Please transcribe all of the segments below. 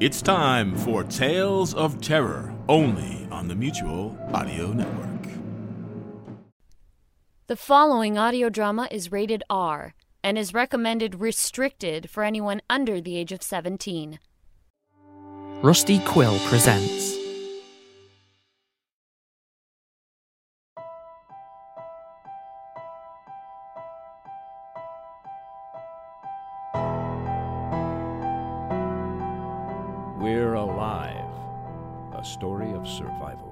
It's time for Tales of Terror, only on the Mutual Audio Network. The following audio drama is rated R and is recommended restricted for anyone under the age of 17. Rusty Quill presents. We're Alive A Story of Survival.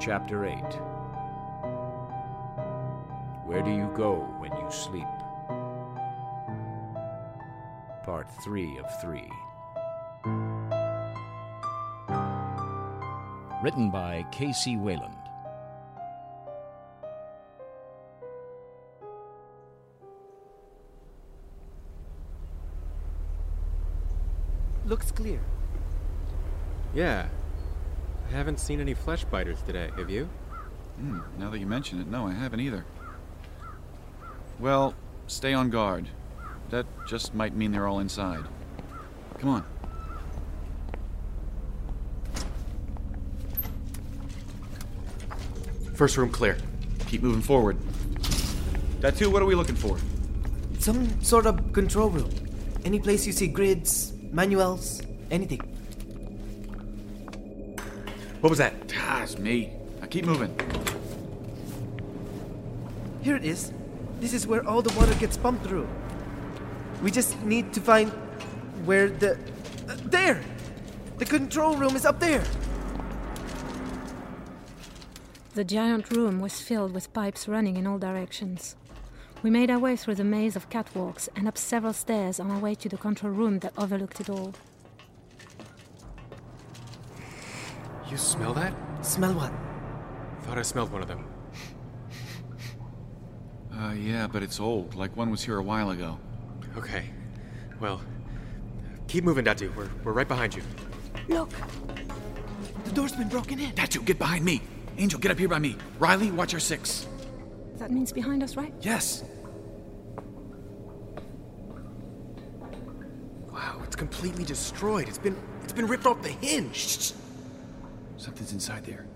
Chapter 8 Where Do You Go When You Sleep? Part 3 of 3. Written by Casey Wayland. Looks clear. Yeah. I haven't seen any flesh biters today, have you? Hmm, now that you mention it, no, I haven't either. Well, stay on guard. That just might mean they're all inside. Come on. First room clear. Keep moving forward. Tattoo, what are we looking for? Some sort of control room. Any place you see grids, manuals, anything. What was that? Ah, it's me. Now keep moving. Here it is. This is where all the water gets pumped through. We just need to find where the. uh, there! The control room is up there! The giant room was filled with pipes running in all directions. We made our way through the maze of catwalks and up several stairs on our way to the control room that overlooked it all. You smell that? Smell one. Thought I smelled one of them. Uh, yeah, but it's old, like one was here a while ago. Okay. Well, keep moving, Datu. We're, we're right behind you. Look! The door's been broken in. Tattoo, get behind me. Angel, get up here by me. Riley, watch our six. That means behind us, right? Yes. Wow, it's completely destroyed. It's been it's been ripped off the hinge. Something's inside there.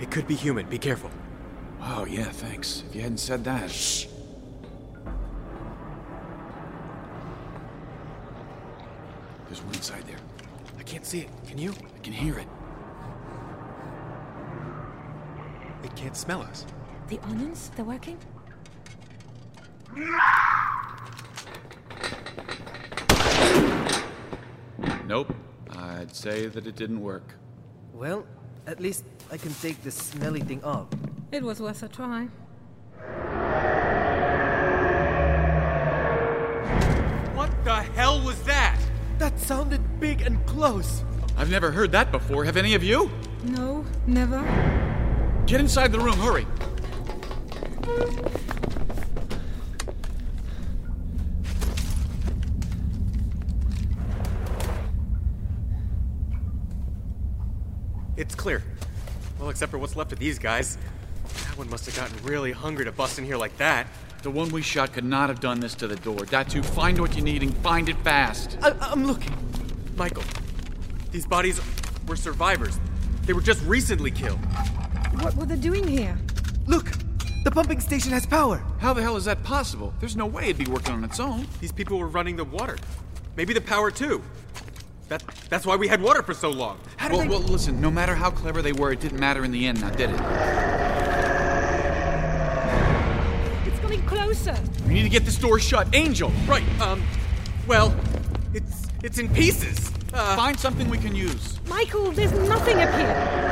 It could be human. Be careful. Oh, yeah, thanks. If you hadn't said that. Shh. There's one inside there. I can't see it. Can you? I can hear it. It can't smell us. The onions, they're working? Nope. I'd say that it didn't work. Well, at least I can take the smelly thing off. It was worth a try. What the hell was that? That sounded big and close! I've never heard that before. Have any of you? No, never. Get inside the room, hurry. It's clear. Well, except for what's left of these guys. That one must have gotten really hungry to bust in here like that. The one we shot could not have done this to the door. Datu, find what you need and find it fast. I- I'm looking. Michael, these bodies were survivors. They were just recently killed. What were they doing here? Look! The pumping station has power! How the hell is that possible? There's no way it'd be working on its own. These people were running the water. Maybe the power too. That, that's why we had water for so long. How did Well, they. well, listen, no matter how clever they were, it didn't matter in the end, now did it? It's coming closer! We need to get this door shut. Angel! Right, um, well, it's it's in pieces. Uh, Find something we can use. Michael, there's nothing up here!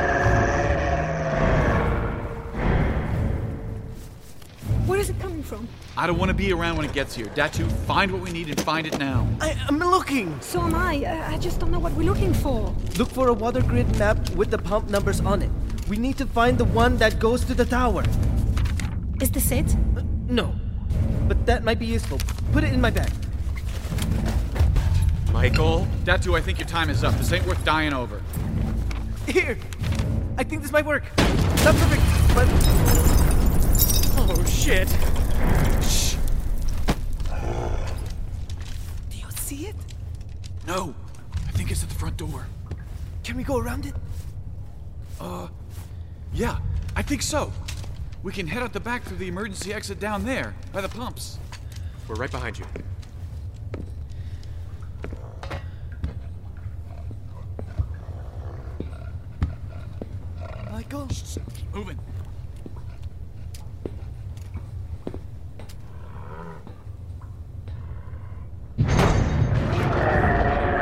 Where is it coming from? I don't want to be around when it gets here. Datu, find what we need and find it now. I am looking! So am I. Uh, I I just don't know what we're looking for. Look for a water grid map with the pump numbers on it. We need to find the one that goes to the tower. Is this it? No. But that might be useful. Put it in my bag. Michael? Datu, I think your time is up. This ain't worth dying over. Here! I think this might work. Not perfect, but. Oh shit! Shh! Do you see it? No! I think it's at the front door. Can we go around it? Uh, yeah, I think so. We can head out the back through the emergency exit down there, by the pumps. We're right behind you. Michael? Shh, keep moving.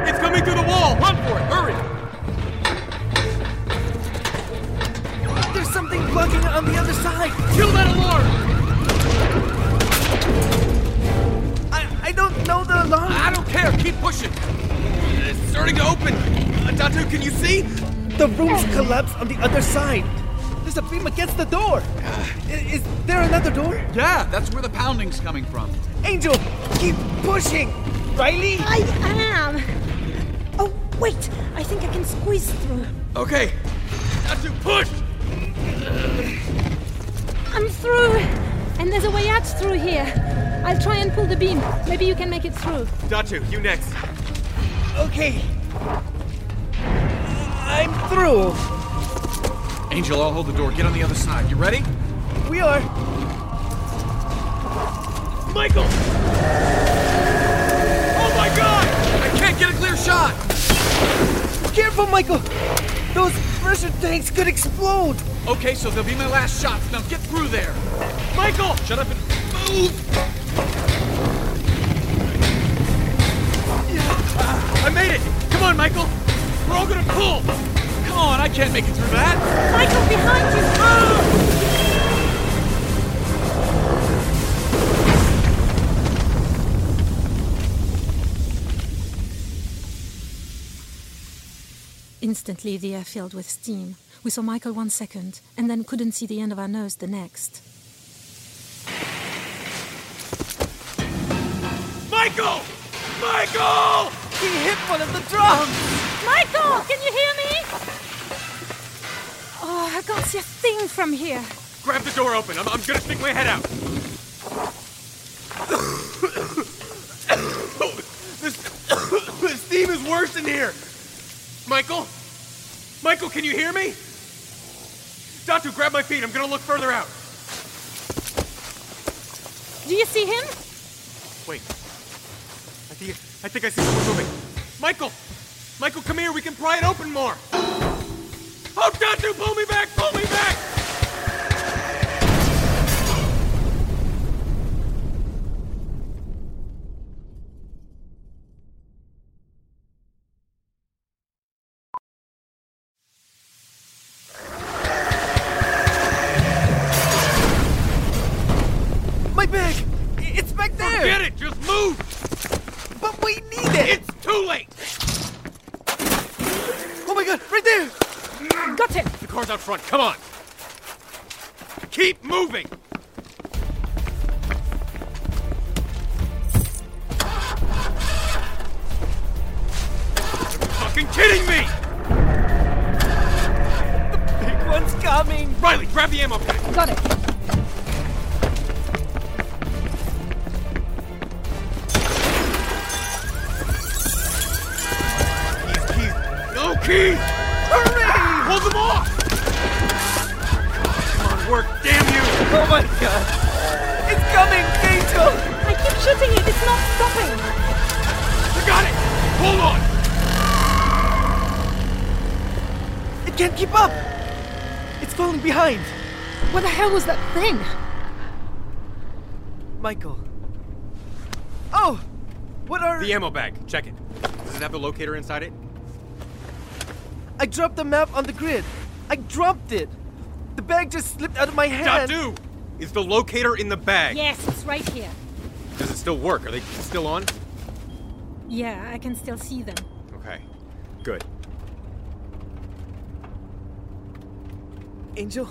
It's coming through the wall! Run for it! Hurry! There's something bugging on the other side! Kill that alarm! I, I don't know the alarm! I don't care. Keep pushing. It's starting to open. Uh, Datu, can you see? The room's collapsed on the other side! There's a beam against the door! I- Is there another door? Yeah, that's where the pounding's coming from. Angel, keep pushing! Riley? I am! Oh, wait! I think I can squeeze through. Okay. Datu, push. I'm through! And there's a way out through here. I'll try and pull the beam. Maybe you can make it through. Datu, you next. Okay. I'm through. Angel, I'll hold the door. Get on the other side. You ready? We are. Michael! Oh my god! I can't get a clear shot! Careful, Michael! Those pressure tanks could explode! Okay, so they'll be my last shots. Now get through there! Michael! Shut up and move! I made it! Come on, Michael! We're all gonna pull! Come on, I can't make it through that! Michael, behind you! Instantly, the air filled with steam. We saw Michael one second, and then couldn't see the end of our nose the next. Michael! Michael! He hit one of the drums! Michael, can you hear me? Oh, I can't see a thing from here. Grab the door open. I'm, I'm gonna stick my head out. this, this steam is worse in here. Michael? Michael, can you hear me? Datu, grab my feet. I'm gonna look further out. Do you see him? Wait. I think I think I see someone moving. Michael! Michael, come here. We can pry it open more. Oh, Datu, pull me back! Pull me back! My bag! I- It's back there! Get it! Just move! But we need it! It's too late! Oh my god, right there! Got him! The car's out front. Come on. Keep moving. You're fucking kidding me! Big one's coming! Riley, grab the ammo pack. Got it! Keys, keys. No keys. Hooray! Hold them off. Come on, work. Damn you. Oh my god! It's coming, Angel! I keep shooting it, it's not stopping! You got it. Hold on. It can't keep up! It's falling behind! What the hell was that thing? Michael. Oh! What are. The ammo bag. Check it. Does it have the locator inside it? I dropped the map on the grid. I dropped it. The bag just slipped out of my hand. Dadu, Is the locator in the bag? Yes, it's right here. Does it still work? Are they still on? Yeah, I can still see them. Okay. Good. Angel,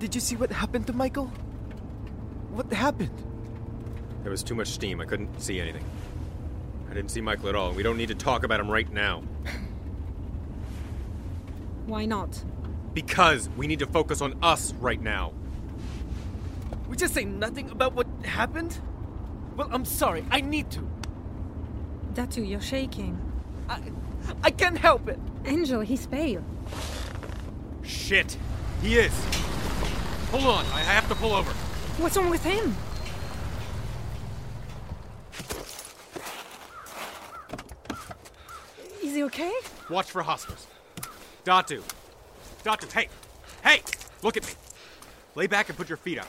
did you see what happened to Michael? What happened? There was too much steam. I couldn't see anything. I didn't see Michael at all. We don't need to talk about him right now. Why not? Because we need to focus on us right now. We just say nothing about what happened? Well, I'm sorry. I need to. Datu, you're shaking. I, I can't help it. Angel, he's pale. Shit. He is. Hold on. I have to pull over. What's wrong with him? Is he okay? Watch for hostiles. Datu. Datu, hey. Hey! Look at me. Lay back and put your feet up.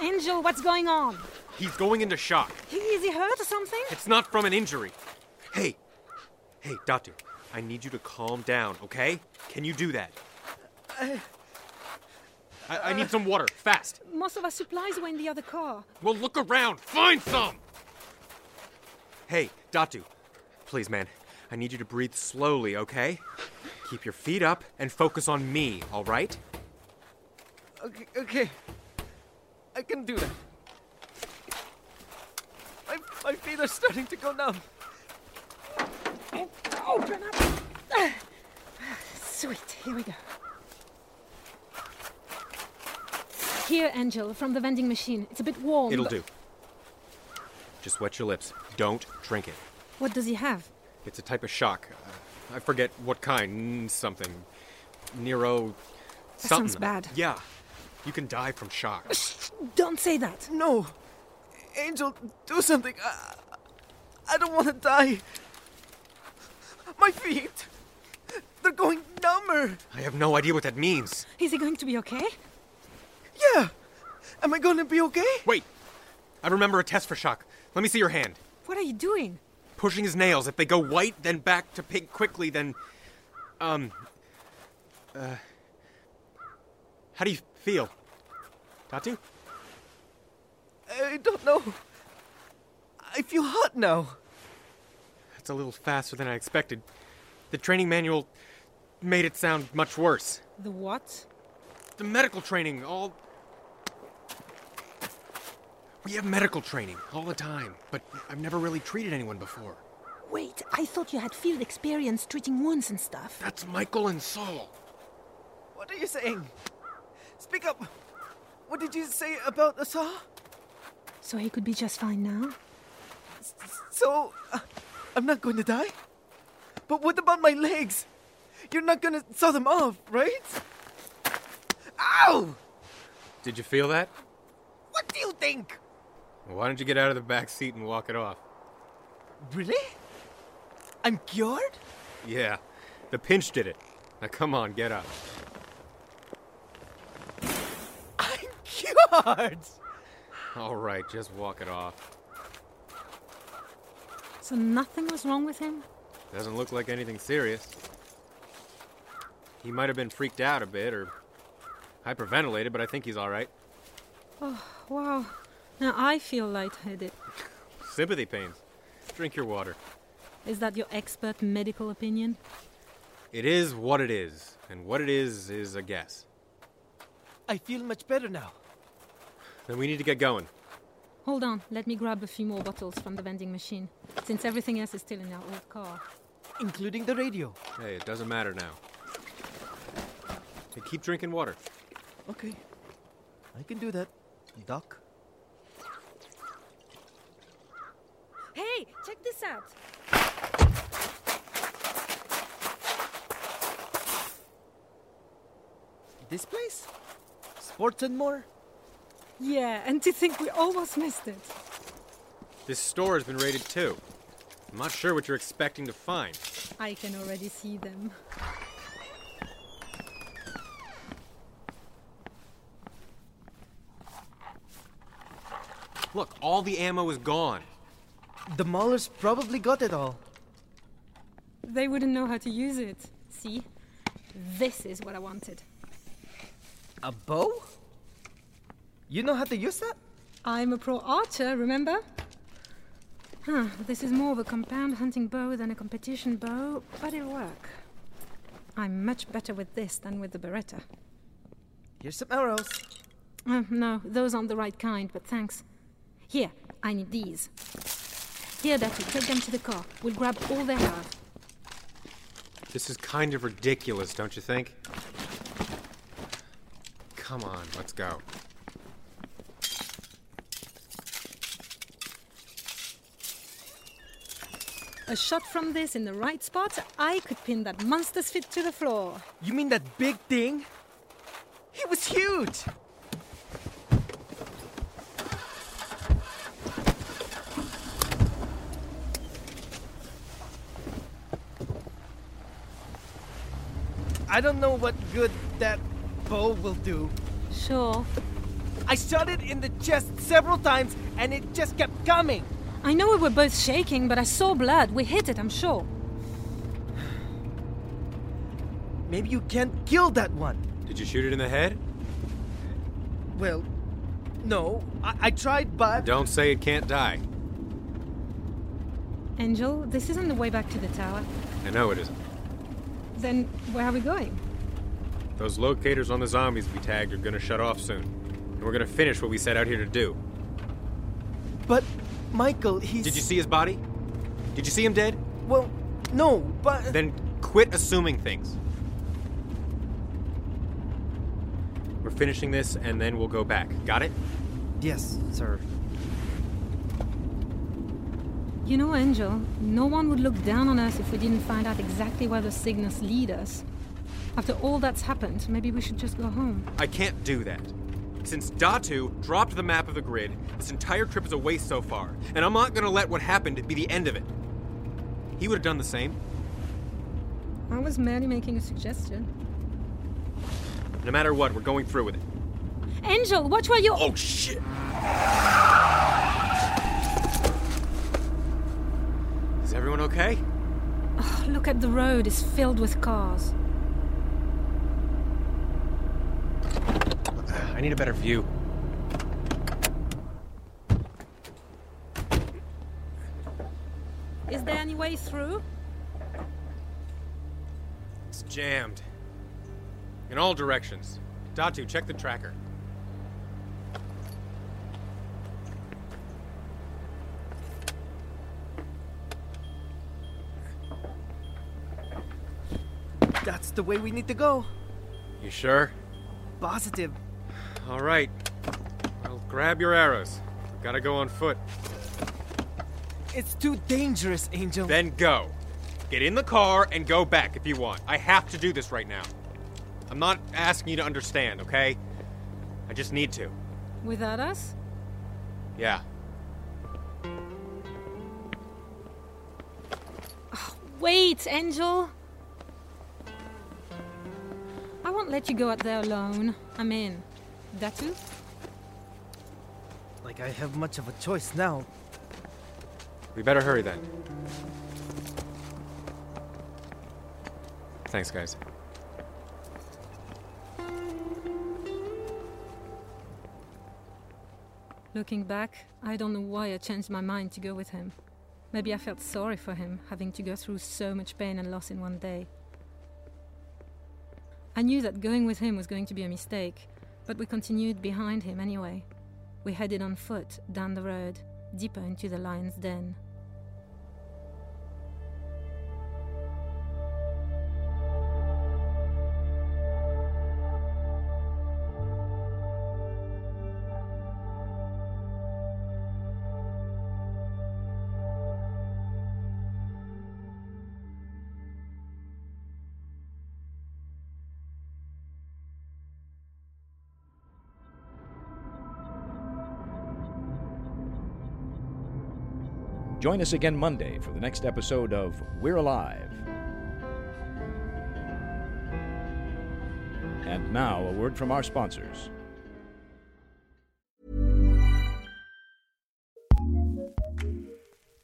Angel, what's going on? He's going into shock. He- Is he hurt or something? It's not from an injury. Hey. Hey, Datu. I need you to calm down, okay? Can you do that? I, I, I need some water, fast. Most of our supplies were in the other car. Well, look around. Find some! Hey, Datu. Please, man. I need you to breathe slowly, okay? Keep your feet up and focus on me, all right? Okay, okay. I can do that. My, my feet are starting to go numb. Open up! Ah. Sweet, here we go. Here, Angel, from the vending machine. It's a bit warm. It'll but- do. Just wet your lips. Don't drink it. What does he have? It's a type of shock. Uh, I forget what kind. Mm, Something. Nero. That Something. sounds bad. Yeah. You can die from shock. Don't say that. No. Angel, do something. I, I don't want to die. My feet. They're going number. I have no idea what that means. Is he going to be okay? Yeah. Am I going to be okay? Wait! I remember a test for shock. Let me see your hand. What are you doing? Pushing his nails. If they go white, then back to pink quickly, then. Um. Uh. How do you feel? Tatu? I don't know. I feel hot now. That's a little faster than I expected. The training manual made it sound much worse. The what? The medical training, all. We have medical training all the time, but I've never really treated anyone before. Wait, I thought you had field experience treating wounds and stuff. That's Michael and Saul. What are you saying? Speak up. What did you say about the saw? So he could be just fine now? So, uh, I'm not going to die? But what about my legs? You're not going to saw them off, right? Ow! Did you feel that? What do you think? Why don't you get out of the back seat and walk it off? Really? I'm cured? Yeah. The pinch did it. Now come on, get up. I'm cured! All right, just walk it off. So nothing was wrong with him? Doesn't look like anything serious. He might have been freaked out a bit or hyperventilated, but I think he's all right. Oh, wow. Now I feel lightheaded. Sympathy pains. Drink your water. Is that your expert medical opinion? It is what it is, and what it is is a guess. I feel much better now. Then we need to get going. Hold on, let me grab a few more bottles from the vending machine, since everything else is still in our old car. Including the radio. Hey, it doesn't matter now. Hey, keep drinking water. Okay. I can do that, Doc. Hey, check this out. This place? Sports and more? Yeah, and to think we almost missed it. This store has been raided too. I'm not sure what you're expecting to find. I can already see them. Look, all the ammo is gone. The Maulers probably got it all. They wouldn't know how to use it. See? This is what I wanted. A bow? You know how to use that? I'm a pro archer, remember? Huh, this is more of a compound hunting bow than a competition bow, but it'll work. I'm much better with this than with the Beretta. Here's some arrows. Uh, no, those aren't the right kind, but thanks. Here, I need these. Here, Dutty, take them to the car. We'll grab all they have. This is kind of ridiculous, don't you think? Come on, let's go. A shot from this in the right spot, I could pin that monster's feet to the floor. You mean that big thing? It was huge! I don't know what good that bow will do. Sure. I shot it in the chest several times and it just kept coming. I know we were both shaking, but I saw blood. We hit it, I'm sure. Maybe you can't kill that one. Did you shoot it in the head? Well, no. I, I tried, but. Don't say it can't die. Angel, this isn't the way back to the tower. I know it isn't. Then where are we going? Those locators on the zombies we tagged are gonna shut off soon. And we're gonna finish what we set out here to do. But, Michael, he's. Did you see his body? Did you see him dead? Well, no, but. Then quit assuming things. We're finishing this and then we'll go back. Got it? Yes, sir. You know, Angel, no one would look down on us if we didn't find out exactly where those signals lead us. After all that's happened, maybe we should just go home. I can't do that. Since Datu dropped the map of the grid, this entire trip is a waste so far, and I'm not gonna let what happened be the end of it. He would have done the same. I was merely making a suggestion. No matter what, we're going through with it. Angel, watch where you're. Oh, shit! Is everyone okay? Oh, look at the road, it's filled with cars. I need a better view. Is there any way through? It's jammed. In all directions. Datu, check the tracker. That's the way we need to go. You sure? Positive. All right. Well, grab your arrows. We've gotta go on foot. It's too dangerous, Angel. Then go. Get in the car and go back if you want. I have to do this right now. I'm not asking you to understand, okay? I just need to. Without us? Yeah. Oh, wait, Angel! I won't let you go out there alone. I'm in. Datu? Like I have much of a choice now. We better hurry then. Thanks, guys. Looking back, I don't know why I changed my mind to go with him. Maybe I felt sorry for him, having to go through so much pain and loss in one day. I knew that going with him was going to be a mistake, but we continued behind him anyway. We headed on foot down the road, deeper into the lion's den. Join us again Monday for the next episode of We're Alive. And now, a word from our sponsors.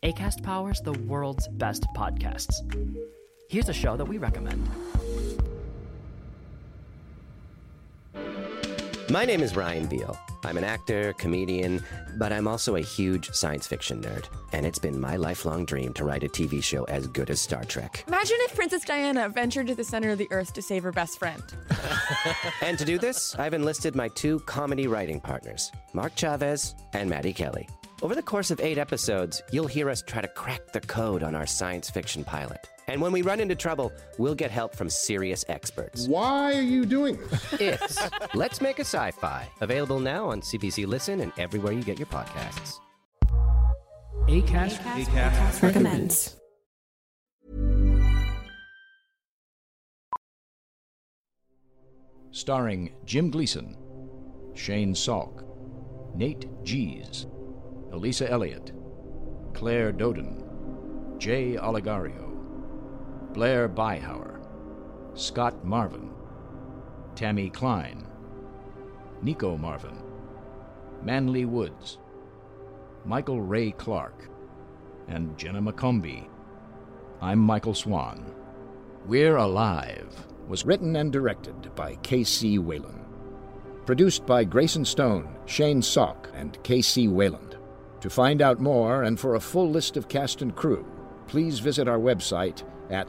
ACAST powers the world's best podcasts. Here's a show that we recommend. My name is Ryan Beal. I'm an actor, comedian, but I'm also a huge science fiction nerd, and it's been my lifelong dream to write a TV show as good as Star Trek. Imagine if Princess Diana ventured to the center of the earth to save her best friend. and to do this, I've enlisted my two comedy writing partners, Mark Chavez and Maddie Kelly. Over the course of eight episodes, you'll hear us try to crack the code on our science fiction pilot. And when we run into trouble, we'll get help from serious experts. Why are you doing this? It's Let's Make a Sci Fi, available now on CBC Listen and everywhere you get your podcasts. ACAST, Acast recommends. Starring Jim Gleason, Shane Salk, Nate Gies, Elisa Elliott, Claire Doden, Jay Oligario, Blair Beihauer, Scott Marvin, Tammy Klein, Nico Marvin, Manly Woods, Michael Ray Clark, and Jenna McCombie. I'm Michael Swan. We're Alive was written and directed by K.C. Whalen. Produced by Grayson Stone, Shane Salk, and K.C. Wayland. To find out more and for a full list of cast and crew, please visit our website at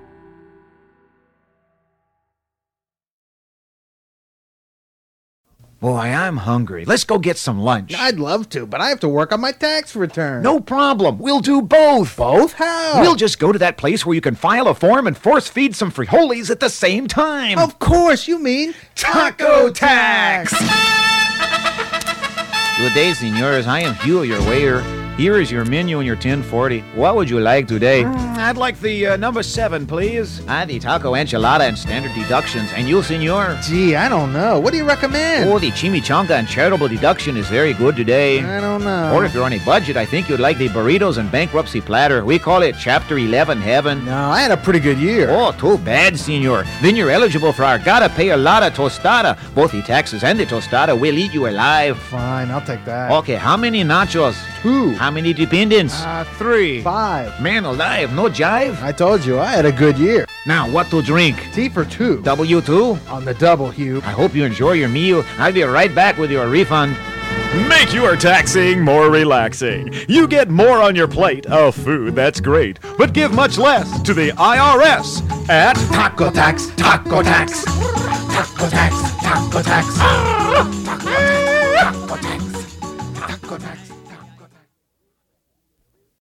Boy, I'm hungry. Let's go get some lunch. I'd love to, but I have to work on my tax return. No problem. We'll do both. Both? How? We'll just go to that place where you can file a form and force feed some frijoles at the same time. Of course, you mean Oh, Taco Tax! Good day, senores. I am Hugh, your waiter. Here is your menu and your 1040. What would you like today? Mm, I'd like the uh, number seven, please. Ah, the taco enchilada and standard deductions. And you, senor? Gee, I don't know. What do you recommend? Oh, the chimichanga and charitable deduction is very good today. I don't know. Or if you're on a budget, I think you'd like the burritos and bankruptcy platter. We call it Chapter 11 Heaven. No, I had a pretty good year. Oh, too bad, senor. Then you're eligible for our gotta pay a lot of tostada. Both the taxes and the tostada will eat you alive. Fine, I'll take that. Okay, how many nachos? Two. How many dependents? Uh, three. Five. Man alive, no jive? I told you, I had a good year. Now, what to drink? Tea for two. W2? On the double, Hugh. I hope you enjoy your meal. I'll be right back with your refund. Make your taxing more relaxing. You get more on your plate of food that's great, but give much less to the IRS at Taco Tax, Taco Tax, Taco Tax, Taco Tax. Taco tax.